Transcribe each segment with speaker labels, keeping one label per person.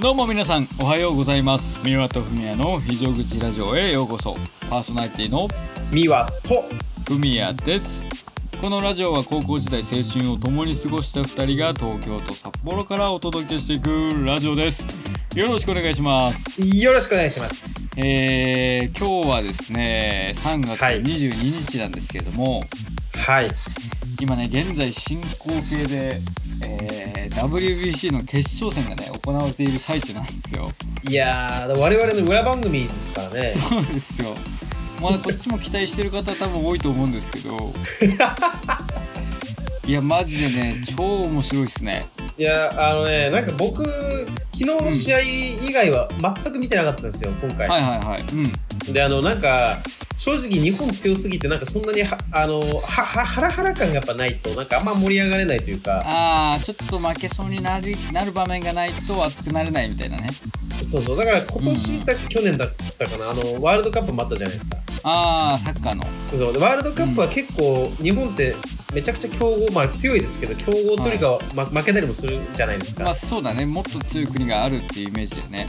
Speaker 1: どうも皆さんおはようございます三輪とふみやの非常口ラジオへようこそパーソナリティの
Speaker 2: ミワと
Speaker 1: ふみやですこのラジオは高校時代青春を共に過ごした2人が東京と札幌からお届けしていくラジオですよろしくお願いします
Speaker 2: よろしくお願いします
Speaker 1: えー、今日はですね3月
Speaker 2: はい
Speaker 1: 22日なんですけれども、
Speaker 2: はい
Speaker 1: 今ね現在進行形で、えー WBC の決勝戦がね行われている最中なんですよ
Speaker 2: いやー我々の裏番組ですからね
Speaker 1: そうですよ。まあこっちも期待してる方多分多いと思うんですけ ど。いやマジでね超面白いですね。
Speaker 2: いやーあのねなんか僕昨日の試合以外は全く見てなかったんですよ今回、
Speaker 1: はいはいはい。うん。
Speaker 2: であのなんか正直日本強すぎてなんかそんなにはあのははハラハラ感がやっぱないとなんかあんま盛り上がれないというか
Speaker 1: ああちょっと負けそうになりなる場面がないと熱くなれないみたいなね。
Speaker 2: そうそうだから今年だ、去年だったかなあのワールドカップもあったじゃないですか
Speaker 1: ああサッカーの。
Speaker 2: そうでワールドカップは結構、日本ってめちゃくちゃ強豪、まあ、強いですけど強豪トリガー、ま、負けたりもするじゃないですか、
Speaker 1: まあそうだねもっと強い国があるっていうイメージだよね。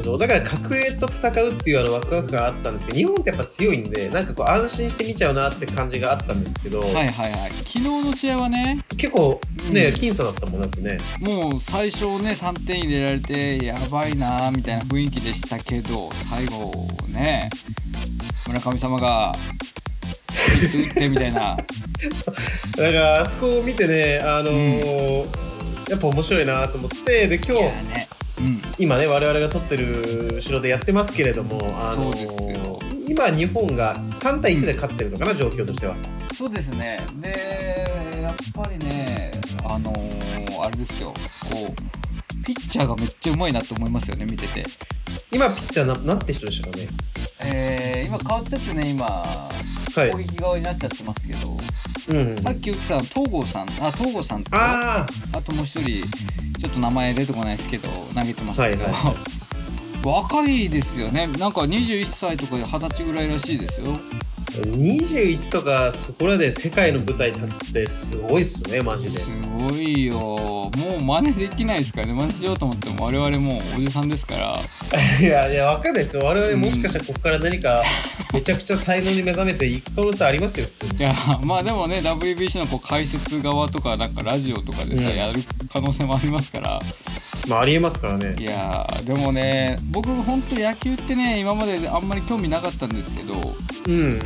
Speaker 2: そうだから格上と戦うっていうあのワクワクがあったんですけど日本ってやっぱ強いんでなんかこう安心して見ちゃうなって感じがあったんですけど、
Speaker 1: はいはいはい。昨日の試合はね
Speaker 2: 結構ね、
Speaker 1: うん
Speaker 2: 僅差だったもんだってね
Speaker 1: もう最初ね3点入れられてやばいなーみたいな雰囲気でしたけど最後ね村上様がヒット打ってみたい な
Speaker 2: だからあそこを見てねあのーやっぱ面白いなと思ってで今
Speaker 1: い
Speaker 2: 日
Speaker 1: やねうん
Speaker 2: 今ね我々が撮ってる後ろでやってますけれども、あのー
Speaker 1: そうですよ
Speaker 2: 今日本が3対1で勝ってるのかな、状況としては。
Speaker 1: そうですねでやっぱりねあのーあれですよこうピッチャーがめっちゃうまいなと思いますよね見てて
Speaker 2: 今ピッチャーななんて人でしたかね
Speaker 1: えー、今変わっちゃってね今
Speaker 2: はい
Speaker 1: 攻撃側になっちゃってますけど、
Speaker 2: うん
Speaker 1: さっき打ってたの東郷さんあ東郷さんと
Speaker 2: あ
Speaker 1: あともう一人ちょっと名前出てこないですけど投げてましたけど、
Speaker 2: はいは
Speaker 1: 若いですよねなんか21歳とかで二十歳ぐらいらしいですよ
Speaker 2: あ21とかそこらで世界の舞台に立つってすごいっすねマジです
Speaker 1: ごいよもう真似できないですからね真似しようと思っても我々もうおじさんですから
Speaker 2: いやいやわかんないですよ我々もしかしたらここから何かめちゃくちゃ才能に目覚めていく可能性ありますよ普通に
Speaker 1: いやまあでもね WBC のこう解説側とかなんかラジオとかでさ、
Speaker 2: うん
Speaker 1: やる可能性もありますから
Speaker 2: まあありえますからね
Speaker 1: いやーでもね僕本当野球ってね今まであんまり興味なかったんですけど
Speaker 2: うん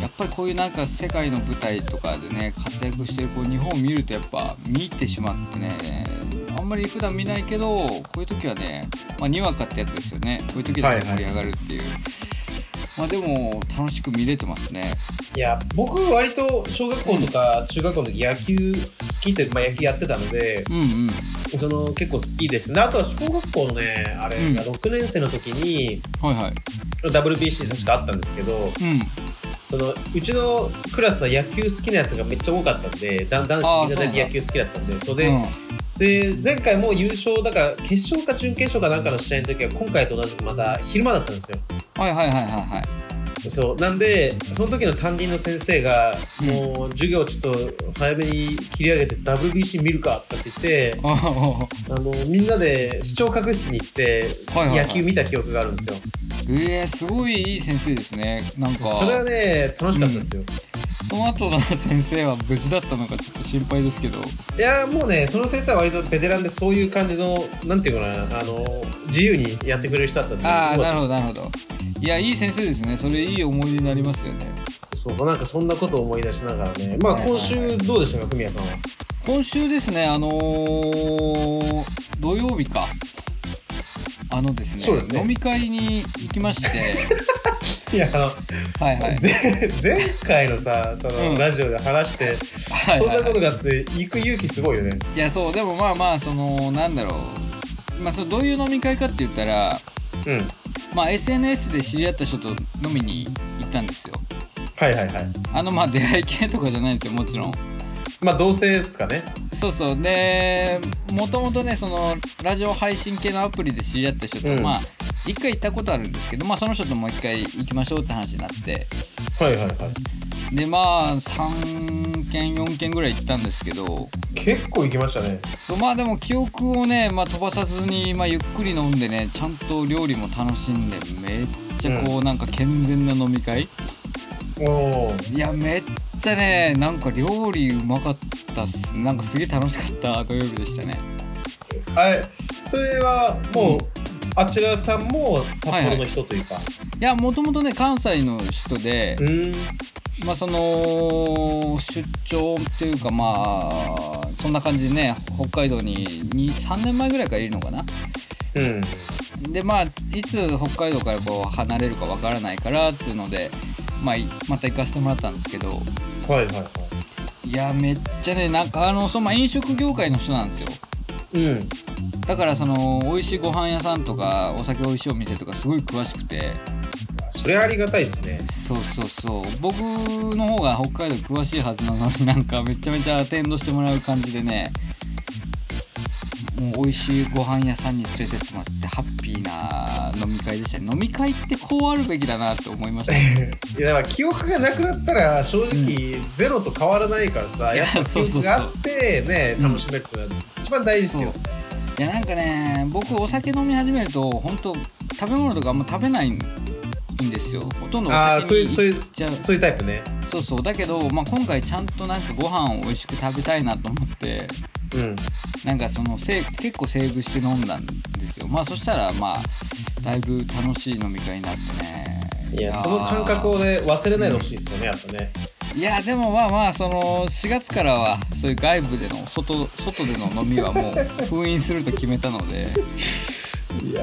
Speaker 1: やっぱりこういうなんか世界の舞台とかでね活躍してるこう日本を見るとやっぱ見入ってしまってねあんまり普段見ないけどこういう時はね、まあ、にわかってやつですよねこういう時だけ盛り上がるっていう、まあでも楽しく見れてますね
Speaker 2: いや僕割と小学校とか中学校の時野球好きで、まあ、野球やってたので
Speaker 1: うんうん
Speaker 2: その結構好きでしたであとは小学校のねあれ
Speaker 1: うん
Speaker 2: が6年生の時に
Speaker 1: はいはい
Speaker 2: WBC 確かあったんですけど、
Speaker 1: うん
Speaker 2: そのうちのクラスは野球好きなやつがめっちゃ多かったんでだ男
Speaker 1: あー
Speaker 2: 子みんな
Speaker 1: そうなんだ
Speaker 2: で野球好きだったんでそうで,、
Speaker 1: うん、
Speaker 2: で前回も優勝だから決勝か準決勝かなんかの試合の時は今回と同じくまた昼間だったんですよ
Speaker 1: はいはいはいはいはい
Speaker 2: そうなんでその時の担任の先生が、
Speaker 1: うん
Speaker 2: もう授業ちょっと早めに切り上げて WBC 見るかとかって言って
Speaker 1: ああ
Speaker 2: あのみんなで視聴覚室に行って、
Speaker 1: はいはいはい
Speaker 2: 野球見た記憶があるんですよ
Speaker 1: えー、すごいいい先生ですねなんか
Speaker 2: それはね楽しかったですよ、
Speaker 1: その後の先生は無事だったのかちょっと心配ですけど
Speaker 2: いやもうねその先生は割とベテランでそういう感じのなんていうかなあの自由にやってくれる人だったんで
Speaker 1: ああなるほど
Speaker 2: ど
Speaker 1: なるほどいやいい先生ですねそれいい思い出になりますよね
Speaker 2: そうなんかそんなことを思い出しながらねまあ
Speaker 1: はいはいは
Speaker 2: 今
Speaker 1: い
Speaker 2: 週どうでしたか文也さんは
Speaker 1: 今週ですねあのー土曜日かあのですね
Speaker 2: そうですね
Speaker 1: 飲み会に行きまして
Speaker 2: いやあの、
Speaker 1: はいはい
Speaker 2: ぜ前回のさその、
Speaker 1: うん
Speaker 2: ラジオで話して、
Speaker 1: はいはいはい
Speaker 2: そんなことがあって行く勇気すごいよね
Speaker 1: いやそうでもまあまあそのなんだろうまあそのどういう飲み会かって言ったら
Speaker 2: うん
Speaker 1: まあ SNS で知り合った人と飲みに行ったんですよ
Speaker 2: はいはいはい
Speaker 1: あのまあ出会い系とかじゃないんですよもちろん
Speaker 2: まあ同性ですかね
Speaker 1: そうそうでもともとねそのラジオ配信系のアプリで知り合った人と、
Speaker 2: うん
Speaker 1: まあ一回行ったことあるんですけど、まあ、その人ともう一回行きましょうって話になって
Speaker 2: はいはいはい
Speaker 1: でまあ3件4件ぐらい行ったんですけど
Speaker 2: 結構行きましたね
Speaker 1: そうまあでも記憶をね、まあ、飛ばさずに、まあ、ゆっくり飲んでねちゃんと料理も楽しんでめっちゃこうなんか健全な飲み会、
Speaker 2: おお
Speaker 1: いやめっちゃねなんか料理うまかったっすなんかすげえ楽しかった土曜日でしたね
Speaker 2: あれそれはもう、
Speaker 1: うん
Speaker 2: あちらさんも札幌の人というか、
Speaker 1: いやもともとね関西の人で、
Speaker 2: うーん
Speaker 1: まあその出張っていうかまあそんな感じでね北海道にに3年前ぐらいからいるのかな
Speaker 2: うん
Speaker 1: でまあいつ北海道からこう離れるかわからないからっつうので、まあ、いまた行かせてもらったんですけど
Speaker 2: はいはいはい
Speaker 1: やめっちゃねなんかあのそのまあ飲食業界の人なんですよ
Speaker 2: いうん
Speaker 1: だからその美味しいご飯屋さんとかお酒美味しいお店とかすごい詳しくて
Speaker 2: それありがたいですね
Speaker 1: そうそうそう僕の方が北海道詳しいはずなのになんかめちゃめちゃアテンドしてもらう感じでねもう美味しいご飯屋さんに連れてってもらってハッピーな飲み会でしたね飲み会ってこうあるべきだなって思いました
Speaker 2: いやだから記憶がなくなったら正直ゼロと変わらないからさ、やっぱ記
Speaker 1: そうそうそ
Speaker 2: 憶
Speaker 1: う
Speaker 2: があってね
Speaker 1: うん
Speaker 2: 楽しめるってのは一番大事ですよ、
Speaker 1: いやなんかね僕お酒飲み始めると本当食べ物とかあんま食べないんですよほとんどお
Speaker 2: ああそう
Speaker 1: 酒
Speaker 2: い
Speaker 1: に
Speaker 2: うそういう
Speaker 1: 行っちゃう
Speaker 2: そういうタイプね
Speaker 1: そうそうだけど、まあ、今回ちゃんとなんかご飯を美味しく食べたいなと思って
Speaker 2: うん
Speaker 1: なんかそのせい結構セーブして飲んだんですよまあそしたらまあだいぶ楽しい飲み会になってね
Speaker 2: いやその感覚をね忘れないでほしいですよねやっぱね
Speaker 1: いやでもまあまあその4月からはそういう外部での外外での飲みはもう封印すると決めたの で
Speaker 2: いやー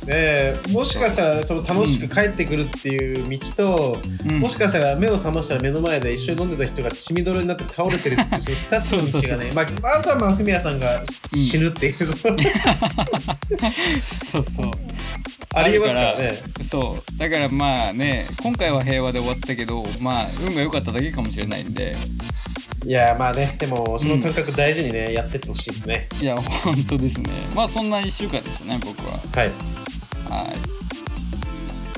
Speaker 2: ねえもしかしたらその楽しく帰ってくるっていう道と、
Speaker 1: うん
Speaker 2: もしかしたら目を覚ましたら目の前で一緒に飲んでた人が血みどろになって倒れてるっていう2つ
Speaker 1: そ
Speaker 2: の道がね
Speaker 1: うそうそう
Speaker 2: まあ、あとはまあフミヤさんが死ぬっていう、その
Speaker 1: そうそう
Speaker 2: ありえますから
Speaker 1: あ
Speaker 2: ね
Speaker 1: るからそうだからまあね今回は平和で終わったけどまあ運が良かっただけかもしれないんで
Speaker 2: いやーまあねでもその感覚大事にね、やってってほしいですね
Speaker 1: いや本当ですねまあそんな1週間でしたね僕は
Speaker 2: はい
Speaker 1: はい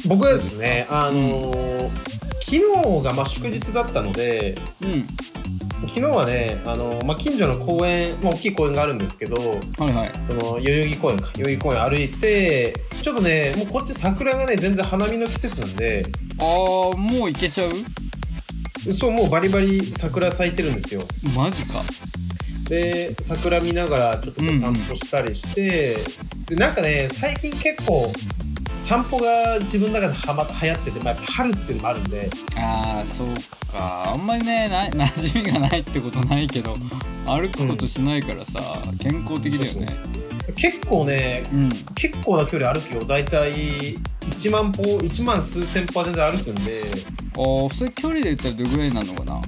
Speaker 2: 僕はですねあのー昨日がまあ祝日だったので
Speaker 1: うん
Speaker 2: 昨日はねあのー、まあ、近所の公園、まあ、大きい公園があるんですけど
Speaker 1: はいはい
Speaker 2: その代々木公園か代々木公園歩いてちょっとねもうこっち桜がね全然花見の季節なんで
Speaker 1: ああもういけちゃう
Speaker 2: そうもうバリバリ桜咲いてるんですよ
Speaker 1: マジか
Speaker 2: で桜見ながらちょっとこう散歩したりして、でなんかね最近結構散歩が自分の中ではま流行ってて、まあ、やっぱ春っていうのもあるんで
Speaker 1: ああそうかあんまりねな 馴染みがないってことないけど歩くことしないからさ、健康的だよね
Speaker 2: 結構ね
Speaker 1: うん
Speaker 2: 結構な距離歩くよ大体1万歩1万数千歩は全然歩くんで
Speaker 1: ああそれ距離で言ったらどれぐらいになるのかな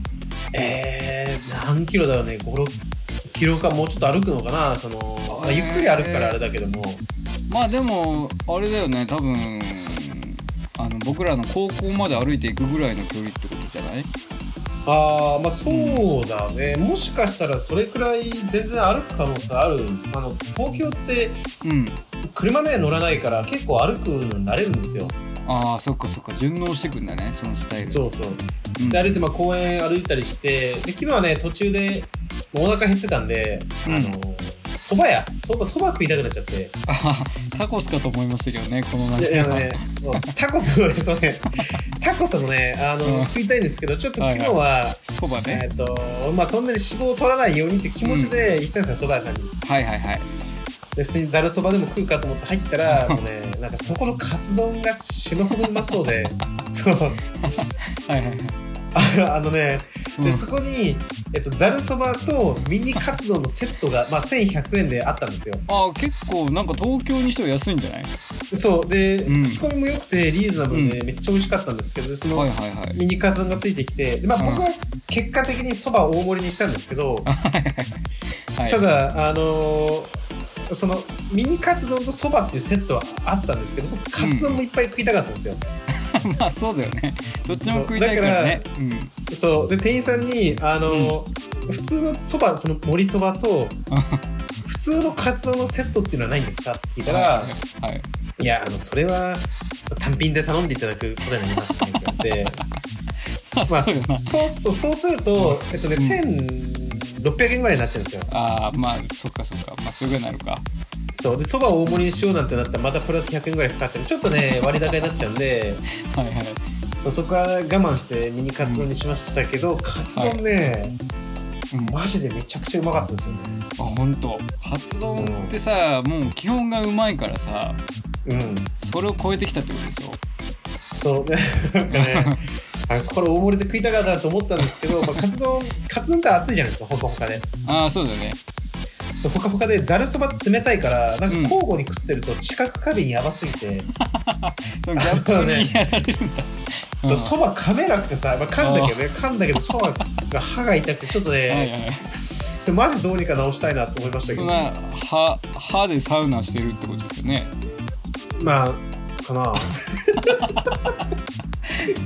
Speaker 2: えー、何キロだろうね56キロかもうちょっと歩くのかなその、まあゆっくり歩くからあれだけども
Speaker 1: まあでもあれだよね多分あの僕らの高校まで歩いていくぐらいの距離ってことじゃない
Speaker 2: あーまあそうだね、もしかしたらそれくらい全然歩く可能性あるあの東京って
Speaker 1: うん
Speaker 2: 車ね乗らないから結構歩くのに慣れるんですよ
Speaker 1: ああそっかそっか順応してくんだねそのスタイル
Speaker 2: そうそう
Speaker 1: うん、
Speaker 2: で歩いてまあ公園歩いたりしてで昨日はね途中でもうお腹減ってたんで、
Speaker 1: うん
Speaker 2: あのそば屋そばそば食いたくなっちゃって
Speaker 1: あ タコスかと思いましたけどねこの
Speaker 2: い
Speaker 1: 中
Speaker 2: やいやあのね、タコスもね、そう ね、タコスもね、あの、
Speaker 1: うん
Speaker 2: 食いたいんですけど、ちょっと昨日は、
Speaker 1: そばね
Speaker 2: えっと、まあ、そんなに脂肪を取らないようにって気持ちで行ったんですよ、そば屋さんに。
Speaker 1: はいはいはい
Speaker 2: で、普通にざるそばでも食うかと思って入ったら、もうね、なんかそこのカツ丼が死ぬほどうまそうで、 そう、
Speaker 1: はいはいはい
Speaker 2: ああのね、
Speaker 1: う
Speaker 2: で、
Speaker 1: ん
Speaker 2: そこに、えっと、ざるそばとミニカツ丼のセットが、まあ、1100円であったんですよ。
Speaker 1: あ結構なんか東京にしては安いんじゃない
Speaker 2: そう、で、
Speaker 1: うん
Speaker 2: 口コミも良くて、リーズナブルで、めっちゃ美味しかったんですけど、でその、
Speaker 1: はいはいはい
Speaker 2: ミニカツ丼がついてきて、でまあ、
Speaker 1: うん
Speaker 2: 僕は結果的にそば大盛りにしたんです けど、
Speaker 1: はい
Speaker 2: ただ、あのーそのミニカツ丼とそばっていうセットはあったんですけど僕カツ丼もいっぱい食いたかったんですよ、
Speaker 1: まあそうだよねどっちも食いたいからねうん
Speaker 2: そうで店員さんに、あのー普通のそばその盛りそば と普通のカツ丼のセットっていうのはないんですかって聞いたら、
Speaker 1: はいはい
Speaker 2: い、やあのそれは単品で頼んでいただくことになりましたねって言われてま
Speaker 1: そうよな
Speaker 2: あ、そうそうそうすると、えっとね、1600円ぐらいになっちゃうんですよ。
Speaker 1: ああまあそっかそっかまあそれぐらいになるか
Speaker 2: そうでそばを大盛りにしようなんてなったらまたプラス100円ぐらいかかっちゃうちょっとね割高になっちゃうんで
Speaker 1: はいはい
Speaker 2: そうそこは我慢してミニカツ丼にしましたけど、カツ丼ね、
Speaker 1: うん
Speaker 2: マジでめちゃくちゃうまかったんですよね
Speaker 1: あ本当カツ丼ってさ、もう基本がうまいからさ
Speaker 2: うん
Speaker 1: それを超えてきたってことでしょ
Speaker 2: そう ねなんかねあこれ大盛りで食いたかったなと思ったんですけど、まあ、カツ丼カツ丼って熱いじゃないですかほかほかで
Speaker 1: ああそうだね
Speaker 2: でほかほかでざるそば冷たいからなん
Speaker 1: う
Speaker 2: か
Speaker 1: ん
Speaker 2: 交互に食ってると知覚過敏やばすぎて、
Speaker 1: そのギャップにやられるんだ、
Speaker 2: そううんそば噛めなくてさ、まあ、噛んだけどね噛んだけどそばが歯が痛くてちょっとね、
Speaker 1: はいはい
Speaker 2: それマジどうにか直したいなと思いました
Speaker 1: そ
Speaker 2: けど
Speaker 1: んな歯歯でサウナしてるってことですよね
Speaker 2: まあかな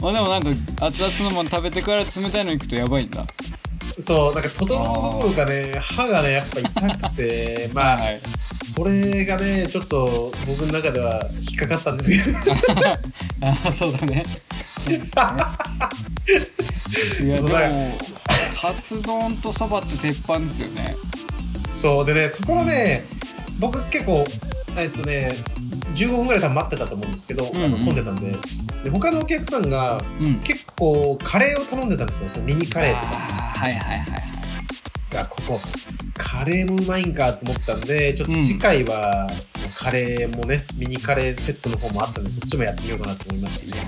Speaker 1: まあでもなんか熱々のもの食べてから冷たいの行くとやばいんだ
Speaker 2: そうなんかとどろどころかね歯がねやっぱ痛く てまあ、
Speaker 1: はい
Speaker 2: それがねちょっと僕の中では引っかかったんですけど
Speaker 1: ああそうだねいやで
Speaker 2: そう
Speaker 1: も
Speaker 2: だよ
Speaker 1: カツ丼とそばって鉄板ですよね
Speaker 2: そうでねそこはね僕結構えっとね15分ぐらい多分待ってたと思うんですけど、
Speaker 1: んうん
Speaker 2: 混んでたんでで他のお客さんが
Speaker 1: うん
Speaker 2: 結構カレーを頼んでたんですよそのミニカレーとか
Speaker 1: あーはいはいはい
Speaker 2: あここカレーもうまいんかと思ったんでちょっと次回は、カレーもねミニカレーセットの方もあったんでそっちもやってみようかなと思いまし
Speaker 1: い
Speaker 2: た
Speaker 1: や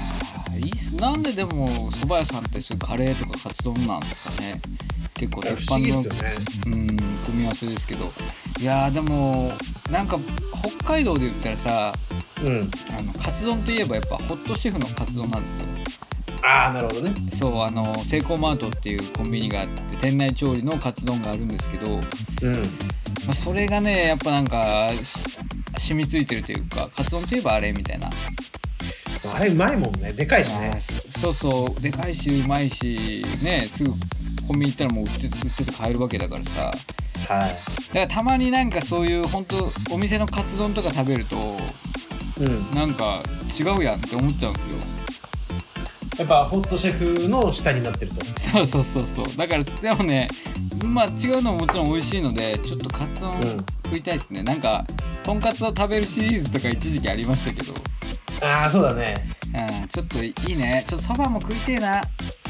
Speaker 1: ーいいっすなんででも蕎麦屋さんってそういうカレーとかカツ丼なんですかね結構
Speaker 2: 不
Speaker 1: 鉄板
Speaker 2: 思議で
Speaker 1: の
Speaker 2: すよね
Speaker 1: うん組み合わせですけどいやーでもなんか北海道で言ったらさ
Speaker 2: うん
Speaker 1: あのカツ丼といえばやっぱホットシェフのカツ丼なんですよ
Speaker 2: ああなるほどね
Speaker 1: そうあのセイコーマートっていうコンビニがあって店内調理のカツ丼があるんですけど、ま
Speaker 2: う
Speaker 1: あ、それがねやっぱなんかし染みついてるというかカツ丼といえばあれみたいなん
Speaker 2: あれうまいもんねでかいし
Speaker 1: あ
Speaker 2: ね
Speaker 1: ーそそうそうでかいしうまいしねすぐコンビニ行ったらもう売って売ってて買えるわけだからさ
Speaker 2: は
Speaker 1: だからたまになんかそういう本当お店のカツ丼とか食べると
Speaker 2: い、うん、
Speaker 1: なんか違うやんって思っちゃうんですよ
Speaker 2: やっぱホットシェフの下になってると
Speaker 1: そうそうそうそうだからでもねまあ違うのももちろん美味しいのでちょっとカツ丼
Speaker 2: ん
Speaker 1: 食いたいですね、なんかとんかつを食べるシリーズとか一時期ありましたけど
Speaker 2: ああそうだね
Speaker 1: うんちょっといいねちょっとそばも食いてえな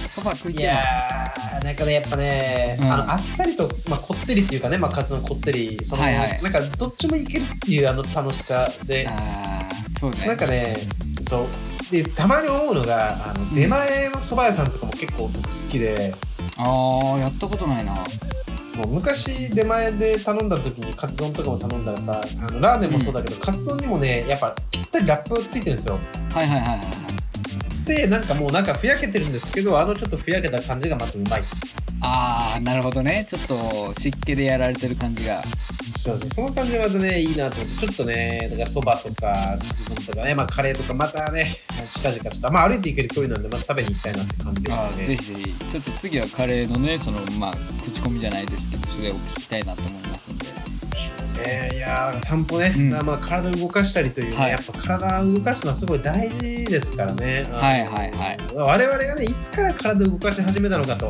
Speaker 1: そば食い
Speaker 2: い
Speaker 1: てえな
Speaker 2: やーなんかねやっぱね、
Speaker 1: うん
Speaker 2: あのあっさりと、まあ、こってりっていうかね、まあ、カツのこってりその、
Speaker 1: はいはい
Speaker 2: なんかどっちもいけるっていうあの楽しさで
Speaker 1: あーそうね
Speaker 2: なんかね、そう。で、たまに思うのが、あの出前の蕎麦屋さんとかも結構僕好きで、
Speaker 1: ああやったことないなは
Speaker 2: もう昔出前で頼んだ時にカツ丼とかも頼んだらさ、あのラーメンもそうだけど、カツ丼にもね、やっぱぴったりラップがついてるんですよ。
Speaker 1: いはいはいはい
Speaker 2: で、なんかもうなんかふやけてるんですけど、あのちょっとふやけた感じがまたうまい。
Speaker 1: ああなるほどねちょっと湿気でやられてる感じが
Speaker 2: そうですね。その感じがまたね、いいなと思って、ちょっとね、だから蕎麦とか、カツ丼とかね、まあカレーとか、またね、近々ちょっと、まあ歩いて行ける距離なんで、また食べに行きたいなって感じでした
Speaker 1: あ
Speaker 2: ね。
Speaker 1: ーぜひぜひちょっと次はカレーのねそのまあ口コミじゃないですけどそれを聞きたいなと思いますんで
Speaker 2: えー、いやー散歩ね、
Speaker 1: うん
Speaker 2: まあまあ体を動かしたりというね、
Speaker 1: はい
Speaker 2: やっぱ体を動かすのはすごい大事ですからね。
Speaker 1: はいはいはい
Speaker 2: あの我々がねいつから体を動かし始めたのかと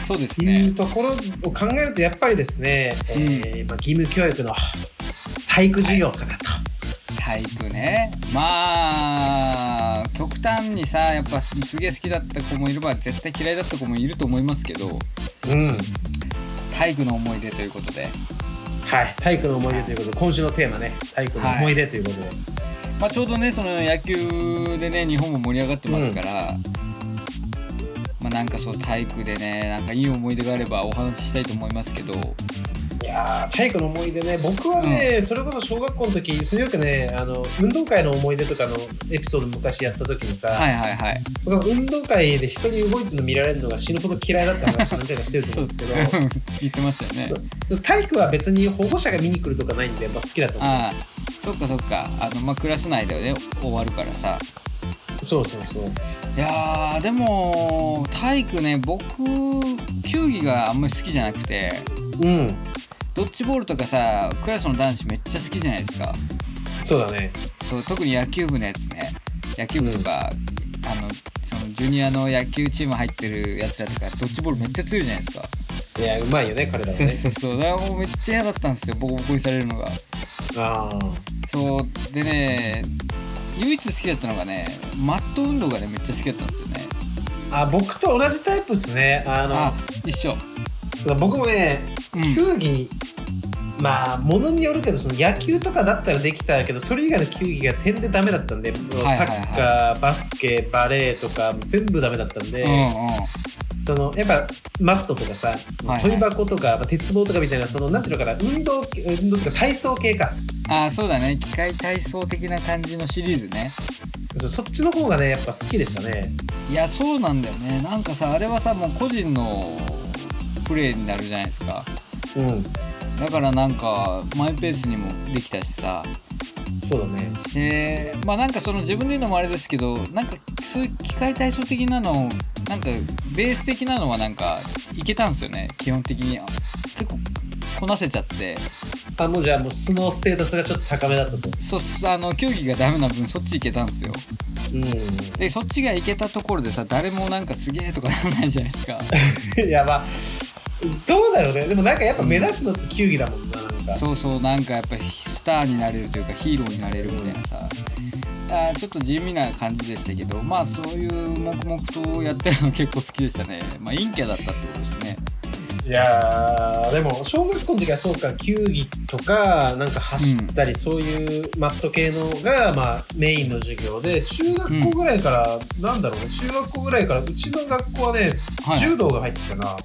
Speaker 1: そうです
Speaker 2: い
Speaker 1: ね
Speaker 2: うところを考えるとやっぱりですね、えーまあ、義務教育の体育授業かなと。
Speaker 1: 体育ねまあ極端にさやっぱすげえ好きだった子もいれば絶対嫌いだった子もいると思いますけど
Speaker 2: うん。はい。
Speaker 1: 体育の思い出ということで
Speaker 2: 体育の思い出ということで今週のテーマね体育の思い出ということで。
Speaker 1: まあ、ちょうどねその野球でね日本も盛り上がってますから、まあ、なんかそう体育でねなんかいい思い出があればお話ししたいと思いますけど
Speaker 2: いやー体育の思い出ね僕はね、それこそ小学校の時それよくねあの運動会の思い出とかのエピソード昔やった時にさ、
Speaker 1: はいはいはい
Speaker 2: 僕は運動会で人に動いてるの見られるのが死ぬほど嫌いだった話なんていうかしてると思うんですけど
Speaker 1: うん言ってましたよね
Speaker 2: そう体育は別に保護者が見に来るとかないんで、まあ、好きだと思うん
Speaker 1: ああそっかそっかあの、まあ、クラス内ではね終わるからさ
Speaker 2: ですよそうそうそう
Speaker 1: いやーでも体育ね僕球技があんまり好きじゃなくて
Speaker 2: うん
Speaker 1: ドッジボールとかさクラスの男子めっちゃ好きじゃないですか
Speaker 2: そうだね
Speaker 1: そう特に野球部のやつね野球部とか、あのその柔ジュニアの野球チーム入ってるやつらとかドッジボールめっちゃ強いじゃないですか、
Speaker 2: いやうまいよね彼らは
Speaker 1: そう
Speaker 2: ね
Speaker 1: そうそうだからもうめっちゃ嫌だったんですよボコボコにされるのが
Speaker 2: ああ
Speaker 1: そうでね唯一好きだったのがねマット運動がねめっちゃ好きだったんですよね
Speaker 2: あ僕と同じタイプですねあの
Speaker 1: あ一緒
Speaker 2: 僕もね、
Speaker 1: うん
Speaker 2: 球技まあものによるけどその野球とかだったらできたけどそれ以外の球技が点でダメだったんで、
Speaker 1: いは
Speaker 2: サ
Speaker 1: いはい
Speaker 2: ッカーバスケバレーとか全部ダメだったんで、
Speaker 1: うんうん
Speaker 2: そのやっぱマットとかさ、
Speaker 1: はい
Speaker 2: 跳び箱とかまあ鉄棒とかみたいなそのなんていうのかな運動運動とか体操系か
Speaker 1: あそうだね機械体操的な感じのシリーズね
Speaker 2: そそっちの方がねやっぱ好きでしたね
Speaker 1: いやそうなんだよねなんかさあれはさもう個人のプレーになるじゃないですか
Speaker 2: うん
Speaker 1: だからなんかマイペースにもできたしさ
Speaker 2: そうだね
Speaker 1: でまあなんかその自分で言うのもあれですけどなんかそういう機械体操的なのなんかベース的なのはなんかいけたんですよね基本的にあ結構こなせちゃって
Speaker 2: あもうじゃあもう素のステータスがちょっと高めだったと
Speaker 1: そあの球技がダメな分そっちいけたんですよ
Speaker 2: う
Speaker 1: でそっちがいけたところでさ誰もなんかすげえとかならないじゃないですか
Speaker 2: ん いやまあどうだろうねでもなんかやっぱ目立つのって球技だもんななんか
Speaker 1: そうそうなんかやっぱスターになれるというかヒーローになれるみたいなさあーちょっと地味な感じでしたけどまあそういう黙々とやってるの結構好きでしたねまあ陰キャだったってことですね
Speaker 2: いやーでも小学校の時はそうか球技とかなんか走ったり、そういうマット系のが、まあ、メインの授業で中学校ぐらいから、なんだろうね中学校ぐらいからうちの学校はね、
Speaker 1: はい
Speaker 2: 柔道が入ってきたな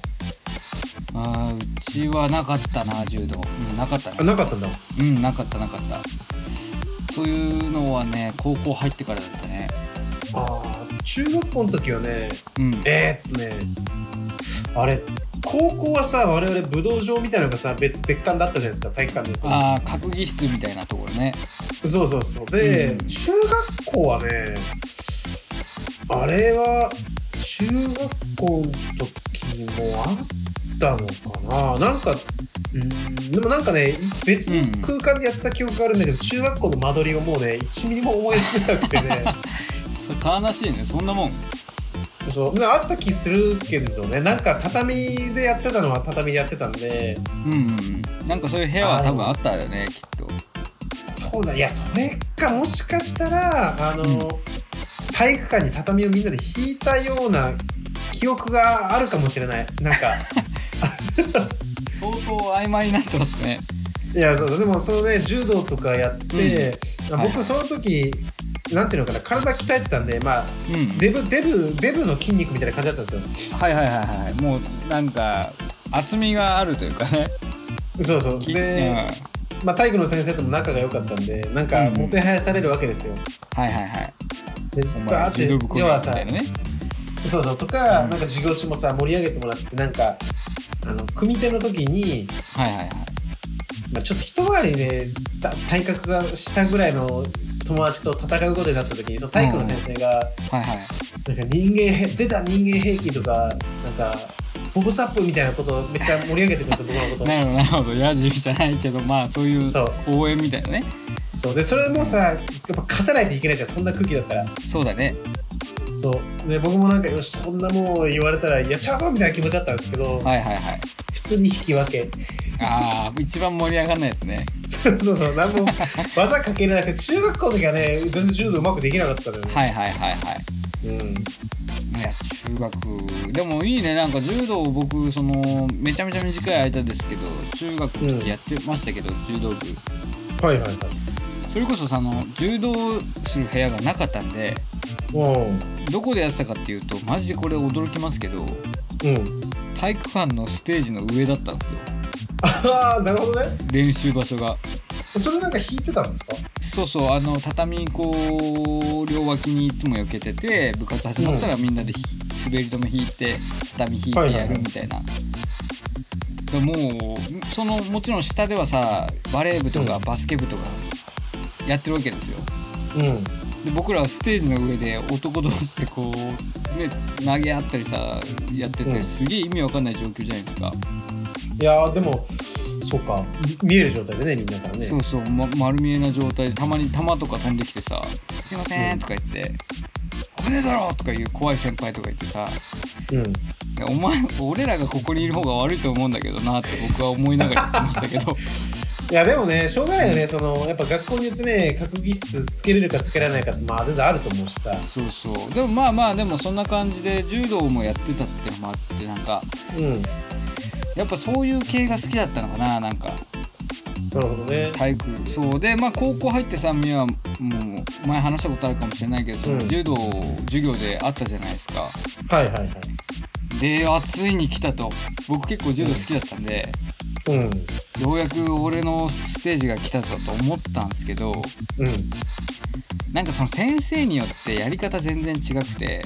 Speaker 1: あーうちはなかったな柔道、うん、なかった
Speaker 2: あ
Speaker 1: ね
Speaker 2: なかったんだ
Speaker 1: うんなかったなかったそういうのはね高校入ってからだったね
Speaker 2: あー中学校の時はね
Speaker 1: うん
Speaker 2: えー、っとねあれ高校はさ我々武道場みたいなのがさ別別館だったじゃないですか体育館で
Speaker 1: ああ閣議室みたいなところね
Speaker 2: そうそうそうで、
Speaker 1: うん
Speaker 2: 中学校はねあれは中学校の時もあったのかななんかうんでもなんかね別に空間でやってた記憶があるんだけど、中学校の間取りをもうね1ミリも思いつかなくてね
Speaker 1: それ悲しいねそんなもん
Speaker 2: そうであった気するけどねなんか畳でやってたのは畳でやってたんで
Speaker 1: うんうんうんなんかそういう部屋は多分あったよねきっと
Speaker 2: そうだいやそれかもしかしたらあの、
Speaker 1: う
Speaker 2: 体育館に畳をみんなで引いたような記憶があるかもしれないなん か
Speaker 1: 相当曖昧になってますね
Speaker 2: いやそうでもそのね柔道とかやって、
Speaker 1: うんはいは
Speaker 2: 僕
Speaker 1: い
Speaker 2: その時なんていうのかな体鍛えてたんでまあ
Speaker 1: うん
Speaker 2: デブデブデブの筋肉みたいな感じだったんですよ
Speaker 1: はいはいはいはいもうなんか厚みがあるというかね
Speaker 2: そうそう
Speaker 1: きうん
Speaker 2: で、まあ、体育の先生とも仲が良かったんでなんか
Speaker 1: うん
Speaker 2: もてはやされるわけですよ、
Speaker 1: はいはいはい
Speaker 2: で
Speaker 1: お
Speaker 2: バー
Speaker 1: 前
Speaker 2: って
Speaker 1: 柔道部こい
Speaker 2: ジョア
Speaker 1: み
Speaker 2: さ
Speaker 1: たい
Speaker 2: ん
Speaker 1: なね
Speaker 2: そうそうとか、なんか授業中もさ盛り上げてもらってなんかあの組手の時に、
Speaker 1: はいはいはい
Speaker 2: まあ、ちょっと一回りねた体格が下ぐらいの友達と戦うことになった時にその体育の先生が、
Speaker 1: はいはい
Speaker 2: なんか人間へ出た人間兵器とかなんかボブサップみたいなことをめっちゃ盛り上げてくれたところのこと
Speaker 1: なるほどなるほどヤジじゃないけどまあそういう
Speaker 2: そう
Speaker 1: 応援みたいなね
Speaker 2: そうでそれもさやっぱ勝たないといけないじゃんそんな空気だったら
Speaker 1: そうだね
Speaker 2: そうで僕もなんかよしそんなもう言われたらやっちゃうぞみたいな気持ちだったんですけど、
Speaker 1: はいはいはい
Speaker 2: 普通に引き分け
Speaker 1: ああ一番盛り上がんないやつね
Speaker 2: そうそうそう、なんも技かけれなくて、中学校の時はね、全然柔道うまくできなかったのよね。
Speaker 1: はいはいはいはい
Speaker 2: うん。
Speaker 1: いや中学でもいいねなんか柔道僕そのめちゃめちゃ短い間ですけど中学の時やってましたけど、柔道部
Speaker 2: はいはいはい。
Speaker 1: それこそさあの柔道する部屋がなかったんで
Speaker 2: うん。
Speaker 1: どこでやってたかっていうとマジでこれ驚きますけど
Speaker 2: うん。
Speaker 1: 体育館のステージの上だったんですよ
Speaker 2: ああ、なるほどね。
Speaker 1: 練習場所が
Speaker 2: それなんか引いてたんですか
Speaker 1: そうそうあの畳こう両脇にいつも避けてて部活始まったらみんなでひ滑り止め引いて畳引いてやるみたいな、でもうそのもちろん下ではさバレー部とか
Speaker 2: うん
Speaker 1: バスケ部とかやってるわけですよ
Speaker 2: うん。
Speaker 1: で僕らはステージの上で男同士でこうね投げ合ったりさやってて、
Speaker 2: うん
Speaker 1: すげえ意味わかんない状況じゃないですか、
Speaker 2: いやー、でも、そうか。見える状態でね、みんなからね。
Speaker 1: そうそう、ま、丸見えな状態でたまに球とか飛んできてさ「すいません」とか言って危ねえだろ!」とかいう怖い先輩とかいてさ
Speaker 2: うん。
Speaker 1: 「お前俺らがここにいる方が悪いと思うんだけどな」って僕は思いながら言ってましたけ ど
Speaker 2: いやでもね、しょうがないよね、そのやっぱ学校によってね、格技室つけれるかつけられないかって、まあ、全然あると思うしさ、
Speaker 1: そうそうでもまあまあでもそんな感じで柔道もやってたってのもあってなんか
Speaker 2: うん、な
Speaker 1: やっぱそういう系が好きだったのかななんか
Speaker 2: るほどね、
Speaker 1: 体育そうでまあ高校入ってさみはもう前話したことあるかもしれないけど、その
Speaker 2: うん
Speaker 1: 柔道授業であったじゃないですか
Speaker 2: はいはいはい、
Speaker 1: であついに来たと僕結構柔道好きだったんで、
Speaker 2: うん、うん、
Speaker 1: ようやく俺のステージが来たぞと思ったんですけどなんかその先生によってやり方全然違くて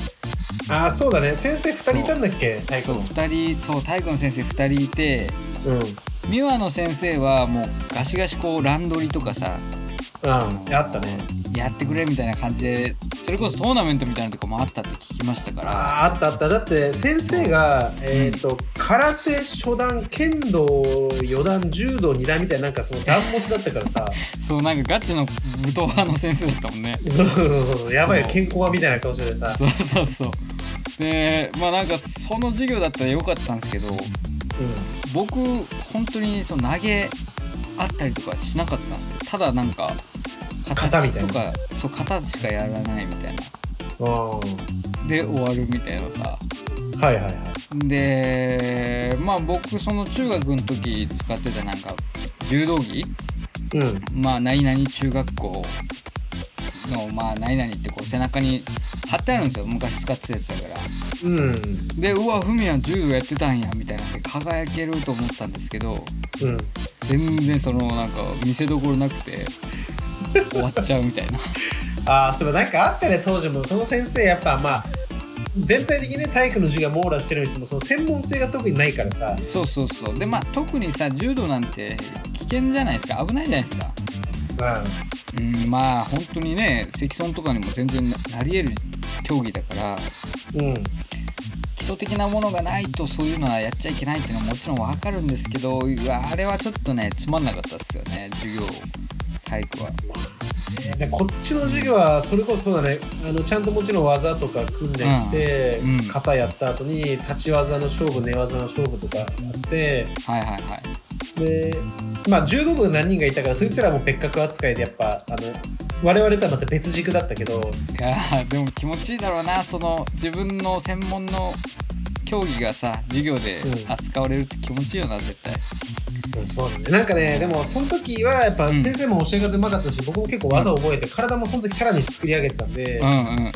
Speaker 2: ああ、そうだね、先生2人いたんだっけ、体育
Speaker 1: そう
Speaker 2: の。
Speaker 1: 2人そう体育の先生2人いて
Speaker 2: うん、
Speaker 1: 美和の先生はもうガシガシこう乱取りとかさ
Speaker 2: あ
Speaker 1: の
Speaker 2: あったね、
Speaker 1: やってくれみたいな感じでそれこそトーナメントみたいなとこもあったって聞きましたから
Speaker 2: ああったあった、だって先生が、えっと空手初段、剣道四段、柔道二段みたいな、なんかその段持ちだったからさ、
Speaker 1: そうなんかガチの武闘派の先生だったもんね
Speaker 2: そうそうそうやばいよ、
Speaker 1: そう
Speaker 2: 健康はみたいな顔しててさ、
Speaker 1: そうそうそうでまあなんかその授業だったら良かったんですけど僕本当にその投げあったりとかしなかったんですよただなんか
Speaker 2: 型み
Speaker 1: 形
Speaker 2: た
Speaker 1: と
Speaker 2: い
Speaker 1: かそう型しかやらないみたいな
Speaker 2: うん、あ
Speaker 1: で終わるみたいなさ
Speaker 2: ーはいはいはい、
Speaker 1: でまあ僕その中学の時使ってたなんか柔道着
Speaker 2: うん。
Speaker 1: まあ何々中学校のまあ何々ってこう背中に貼ってあるんですよ昔使ってたやつだから
Speaker 2: うん、うん、
Speaker 1: でうわふみやん柔道やってたんやみたいなんで輝けると思ったんですけど全然そのなんか見せどころなくて終わっちゃうみたいな
Speaker 2: ああそれなんかあったね当時もその先生やっぱまあ全体的にね体育の授業は網羅してるにしてもその専門性が特にないからさ
Speaker 1: そうそうそうでまあ特にさ柔道なんて危険じゃないですか危ないじゃないですかうんまあ本当にね積損とかにも全然ななり得る競技だから
Speaker 2: うん、うん、
Speaker 1: 基礎的なものがないとそういうのはやっちゃいけないっていうのはもちろんわかるんですけどうわあれはちょっとねつまんなかったっすよね授業体育は
Speaker 2: でこっちの授業はそれこそそうだねあのちゃんともちろん技とか訓練して、
Speaker 1: うんうん
Speaker 2: 型やった後に立ち技の勝負寝技の勝負とかあって
Speaker 1: はいはいはい
Speaker 2: でまあ柔道部が何人かいたからそいつらも別格扱いでやっぱあの我々とはまた別軸だったけど
Speaker 1: いやーでも気持ちいいだろうなその自分の専門の競技がさ授業で
Speaker 2: うん
Speaker 1: 扱われるって気持ちいいよな絶対
Speaker 2: そうだね、なんかねでもその時はやっぱ
Speaker 1: うん
Speaker 2: 先生も教え方うまかったし、僕も結構技を覚えて体もその時さらに作り上げてたんで、
Speaker 1: うんうんうん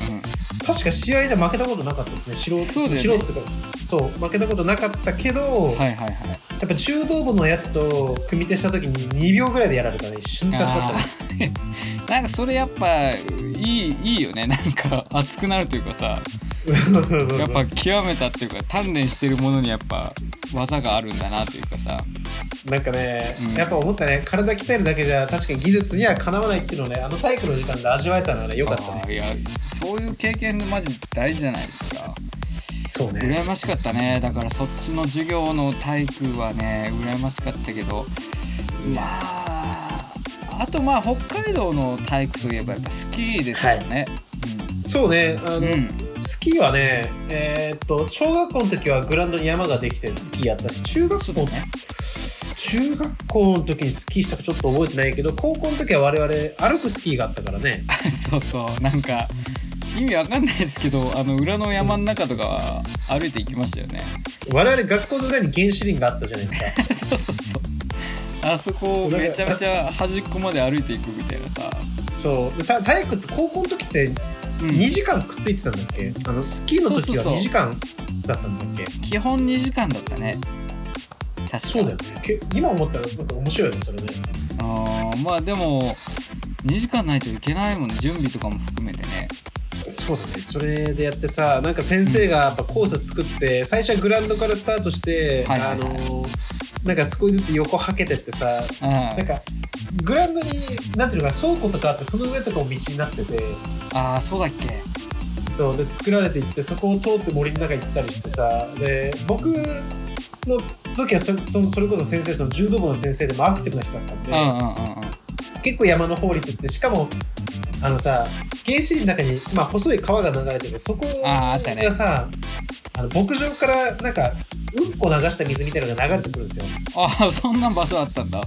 Speaker 2: 確か試合で負けたことなかったですね素人
Speaker 1: そうだよね
Speaker 2: 素人っていうかそう負けたことなかったけど、
Speaker 1: は
Speaker 2: や
Speaker 1: いはいはい
Speaker 2: っぱ柔道部のやつと組手した時に2秒ぐらいでやられたね瞬殺だった
Speaker 1: あ
Speaker 2: ね
Speaker 1: ー なんかそれやっぱいいいいよねなんか熱くなるというかさやっぱ極めたっていうか鍛錬してるものにやっぱ技があるんだなというかさ
Speaker 2: なんかね、
Speaker 1: うん
Speaker 2: やっぱ思ったね体鍛えるだけじゃ確かに技術にはかなわないっていうのをねあの体育の時間で味わえたのはねよかった
Speaker 1: あ
Speaker 2: ね
Speaker 1: ーいやそういう経験マジ大事じゃないですか
Speaker 2: そうね
Speaker 1: 羨ましかったねだからそっちの授業の体育はね羨ましかったけどまああとまあ北海道の体育といえばやっぱスキーですよね、
Speaker 2: そうねあの、
Speaker 1: うん、うん、
Speaker 2: スキーはね、えーっと小学校の時はグラウンドに山ができてスキーやったし中
Speaker 1: そう
Speaker 2: 学
Speaker 1: だ
Speaker 2: 校、
Speaker 1: ね
Speaker 2: 中学校の時にスキーしたかちょっと覚えてないけど高校の時は我々歩くスキーがあったからね
Speaker 1: そうそうなんか意味わかんないですけどあの裏の山の中とかは歩いていきましたよね
Speaker 2: 我々学校の裏に原始林があったじゃないですか
Speaker 1: そうそうそうあそこをめちゃめちゃ端っこまで歩いていくみたいなさ、
Speaker 2: そうでた体育って高校の時って
Speaker 1: うん
Speaker 2: 2時間くっついてたんだっけ、あのスキーの時は
Speaker 1: そうそうそう
Speaker 2: 2時間だったんだっけ
Speaker 1: 基本2時間だったね確か
Speaker 2: そうだよねけ今思ったらなんか面白いよねそれね
Speaker 1: あーまあでも2時間ないといけないもんね準備とかも含めてね
Speaker 2: そうだねそれでやってさなんか先生がやっぱコース作って最初はグラウンドからスタートして、
Speaker 1: はいはいはい
Speaker 2: あのーなんか少しずつ横はけてってさなん
Speaker 1: うん
Speaker 2: かグラウンドになんていうのか倉庫とかあってその上とかも道になってて
Speaker 1: ああそうだっけ
Speaker 2: そうで作られていってそこを通って森の中行ったりしてさで僕の時はそそそれこそ先生その柔道部の先生でもアクティブな人だったんで、
Speaker 1: うんうんうんうん
Speaker 2: 結構山の方に行ってってしかもあのさ原原始林の中に、まあ、細い川が流れててそこ
Speaker 1: あーあったね
Speaker 2: がさあの牧場からなんかうんこ流した水みたいなのが流れてくるんですよ
Speaker 1: ああそんな場所あったんだ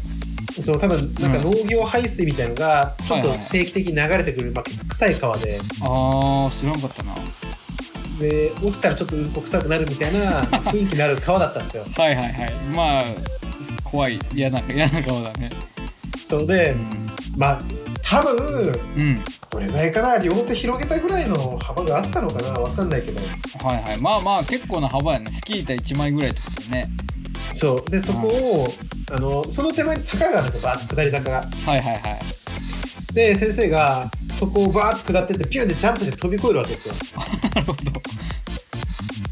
Speaker 2: その多分なんか
Speaker 1: う
Speaker 2: 農業排水みたいのがちょっと
Speaker 1: はいはい
Speaker 2: 定期的に流れてくる、まあ、臭い川で
Speaker 1: ああ知らんかったなは
Speaker 2: で落ちたらちょっとうんこ臭くなるみたいな雰囲気のある川だったんですよ
Speaker 1: いはいはいまあ怖い嫌な嫌な顔だね
Speaker 2: そうでまあ多分
Speaker 1: うん、うん、
Speaker 2: これぐらいかな両手広げたぐらいの幅があったのかな分かんないけど
Speaker 1: はいはいまあまあ結構な幅やねスキー板1枚ぐらいってことね
Speaker 2: そうでそこを、あのその手前に坂があるんですよバーッと下り坂が
Speaker 1: はいはい はい
Speaker 2: で先生がそこをバーッと下ってってピュンでジャンプして飛び越えるわけですよ
Speaker 1: なるほど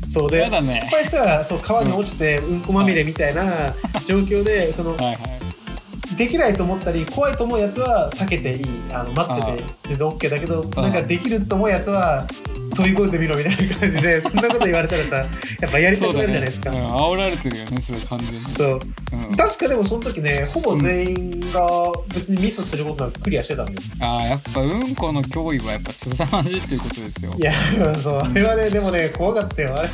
Speaker 2: そうで、
Speaker 1: やだね
Speaker 2: 失敗したらそう川に落ちてうんこまみれみたいな状況でその
Speaker 1: はいはい
Speaker 2: できないと思ったり怖いと思うやつは避けていいあの待ってて全然 OK だけど
Speaker 1: あ
Speaker 2: なんかできると思うやつは飛び越えてみろみたいな感じ でそんなこと言われたらさやっぱやりた
Speaker 1: そう
Speaker 2: くな
Speaker 1: だ
Speaker 2: るじゃ
Speaker 1: ね
Speaker 2: ないですか
Speaker 1: うん、煽られてるよねそれ完全に
Speaker 2: そう
Speaker 1: うん
Speaker 2: 確かでもその時ねほぼ全員が別にミスすることなくクリアしてたんで
Speaker 1: ああやっぱうんこの脅威はやっぱ凄まじいっていうことですよ
Speaker 2: いやそうあれはねでもね怖かったよあれ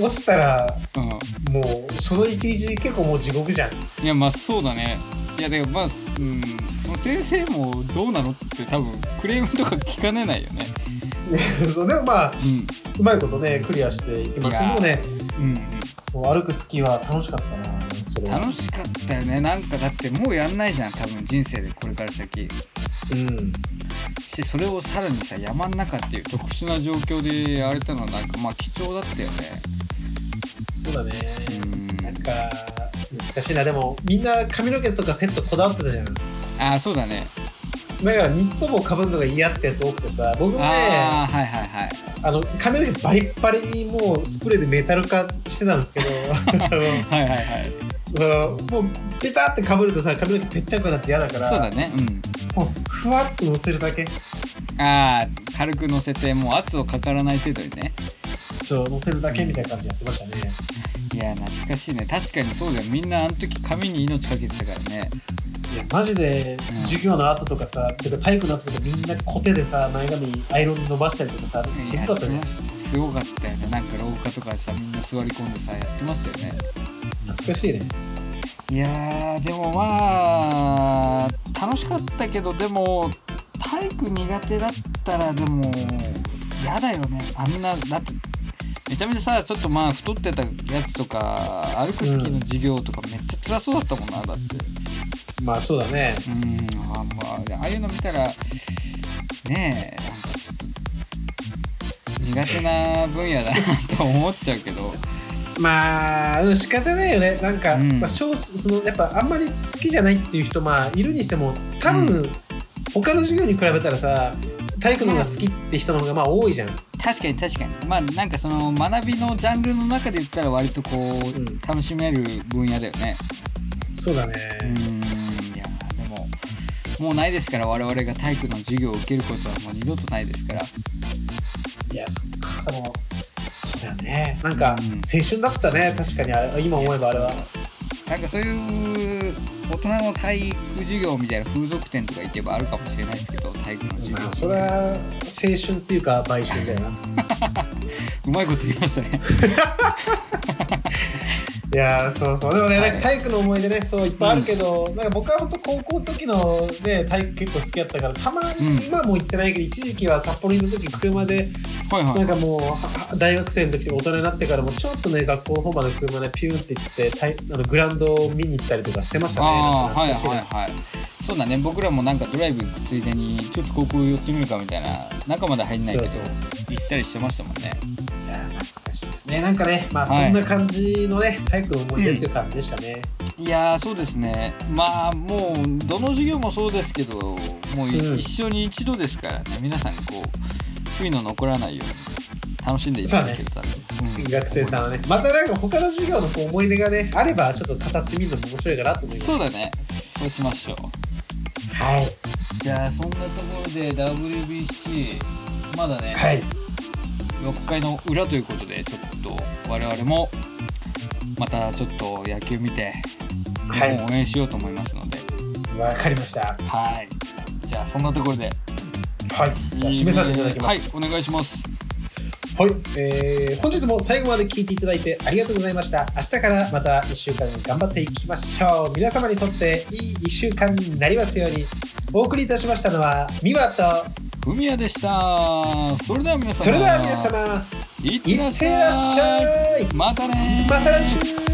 Speaker 2: 落ちたら
Speaker 1: うん
Speaker 2: もうその一日結構もう地獄じゃん
Speaker 1: いやまあそうだねいやでもまあ、うん、その先生もどうなのって多分クレームとか聞かねないよね
Speaker 2: ねそうでもまあ
Speaker 1: う
Speaker 2: うまいことねクリアしていきまし
Speaker 1: い
Speaker 2: た
Speaker 1: や
Speaker 2: もうね
Speaker 1: ん、うん
Speaker 2: そう歩くスキーは楽しかったなそれは
Speaker 1: 楽しかったよねなんかだってもうやんないじゃん多分人生でこれから先
Speaker 2: うん
Speaker 1: してそれをさらにさ山ん中っていう特殊な状況でやれたのはなんかまあ貴重だったよね
Speaker 2: そうだね
Speaker 1: うん
Speaker 2: なんか難しいなでもみんな髪の毛とかセットこだわってたじゃんだか
Speaker 1: ああそうだね
Speaker 2: らニット帽かぶるのが嫌ってやつ多くてさ僕もね
Speaker 1: ああはいはいはい
Speaker 2: あの髪の毛バリッバリにもうスプレーでメタル化してたんですけどあの
Speaker 1: はいはいはい
Speaker 2: そのもうペタってかぶるとさ髪の毛ぺっちゃくなって嫌だから
Speaker 1: そうだねうん
Speaker 2: もうふわっと乗せるだけ
Speaker 1: ああ軽く乗せてもう圧をかからない程度にね
Speaker 2: ちょ乗せるだけみたいな感じでやってましたね
Speaker 1: いや懐かしいね確かにそうだよみんなあの時紙に命かけてたからね
Speaker 2: いやマジで
Speaker 1: うん
Speaker 2: 授業の後とかさ、てか体育の後とかみんなコテでさ前髪アイロン伸ばしたりとかさすごかった
Speaker 1: や
Speaker 2: ね
Speaker 1: ってますすごかったよねなんか廊下とかさみんな座り込んでさやってましたよね
Speaker 2: 懐かしいね
Speaker 1: いやーでもまあ楽しかったけどでも体育苦手だったらでもやだよねあんなだってめちゃめちゃさちょっとまあ太ってたやつとか歩くスキーの授業とかめっちゃ辛そうだったもんなだって
Speaker 2: まあそうだね
Speaker 1: うんあ,、まあ、ああいうの見たらねえなんかちょっと苦手な分野だなと思っちゃうけど
Speaker 2: まあうん仕方ないよねなんか、
Speaker 1: うん
Speaker 2: まあ、少数そのやっぱあんまり好きじゃないっていう人まあいるにしても多分、
Speaker 1: う
Speaker 2: 他の授業に比べたらさ体育の方が好きって人の方がまあ多いじゃん、
Speaker 1: 確かに確かにまあなんかその学びのジャンルの中で言ったら割とこう、
Speaker 2: うん
Speaker 1: 楽しめる分野だよね
Speaker 2: そうだね、
Speaker 1: うんいやーでももうないですから我々が体育の授業を受けることはもう二度とないですから
Speaker 2: いやそっかあのそうだよねなんか
Speaker 1: うん
Speaker 2: 青春だったね確かにあれ今思えばあれは
Speaker 1: なんかそういう大人の体育授業みたいな風俗店とか行けばあるかもしれないですけど体育の授業
Speaker 2: まあそれは青春っていうか買春だよな
Speaker 1: うまいこと言いましたね
Speaker 2: いやーそうそうでもね、
Speaker 1: はい
Speaker 2: なんか体育の思い出ねそういっぱいあるけど、なんか僕は本当高校の時のね体育結構好きだったからたま
Speaker 1: うん
Speaker 2: に今はもう行ってないけど、一時期は札幌にいる時車で
Speaker 1: はいはい
Speaker 2: なんかもうはは大学生の時とか大人になってからもちょっとね学校の方まで車でピューンって行って体あのグラウンドを見に行ったりとかしてましたね
Speaker 1: あ
Speaker 2: なん
Speaker 1: あ
Speaker 2: か
Speaker 1: はい
Speaker 2: 懐かしいな
Speaker 1: はいはいそうだね僕らもなんかドライブ行くついでにちょっと高校寄ってみるかみたいな中まで入んないけど
Speaker 2: そうそう
Speaker 1: 行ったりしてましたもんね
Speaker 2: いやー懐かしいですねなんかねまあそ
Speaker 1: はい
Speaker 2: んな感じのね、体育の思い出っていう感じでしたね、
Speaker 1: いやーそうですねまあもうどの授業もそうですけどもうい、
Speaker 2: うん
Speaker 1: 一生に一度ですからね皆さんこう悔いの残らないように楽しんでいただけたら、うん
Speaker 2: 学生さんはねまたなんか他の授業のこう思い出がねあればちょっと語ってみるのも面白いかなと思います
Speaker 1: そうだねそうしましょう
Speaker 2: はい
Speaker 1: じゃあそんなところで WBC まだね、
Speaker 2: はい
Speaker 1: 6回の裏ということでちょっと我々もまたちょっと野球見て日
Speaker 2: はい
Speaker 1: 本を応援しようと思いますので
Speaker 2: わかりました
Speaker 1: はいじゃあそんなところで
Speaker 2: はい。じゃあ、締めさせていただきます。
Speaker 1: はい、お願いします。
Speaker 2: はい、えー本日も最後まで聞いていただいてありがとうございました。明日からまた1週間頑張っていきましょう。皆様にとっていい1週間になりますように。お送りいたしましたのは、ミワと、
Speaker 1: ふみやでした。それでは皆様。
Speaker 2: それでは皆様、
Speaker 1: いっ
Speaker 2: いってて
Speaker 1: ら
Speaker 2: ら
Speaker 1: っ
Speaker 2: っ
Speaker 1: し
Speaker 2: し
Speaker 1: ゃい。
Speaker 2: ゃい。
Speaker 1: またねー
Speaker 2: また来週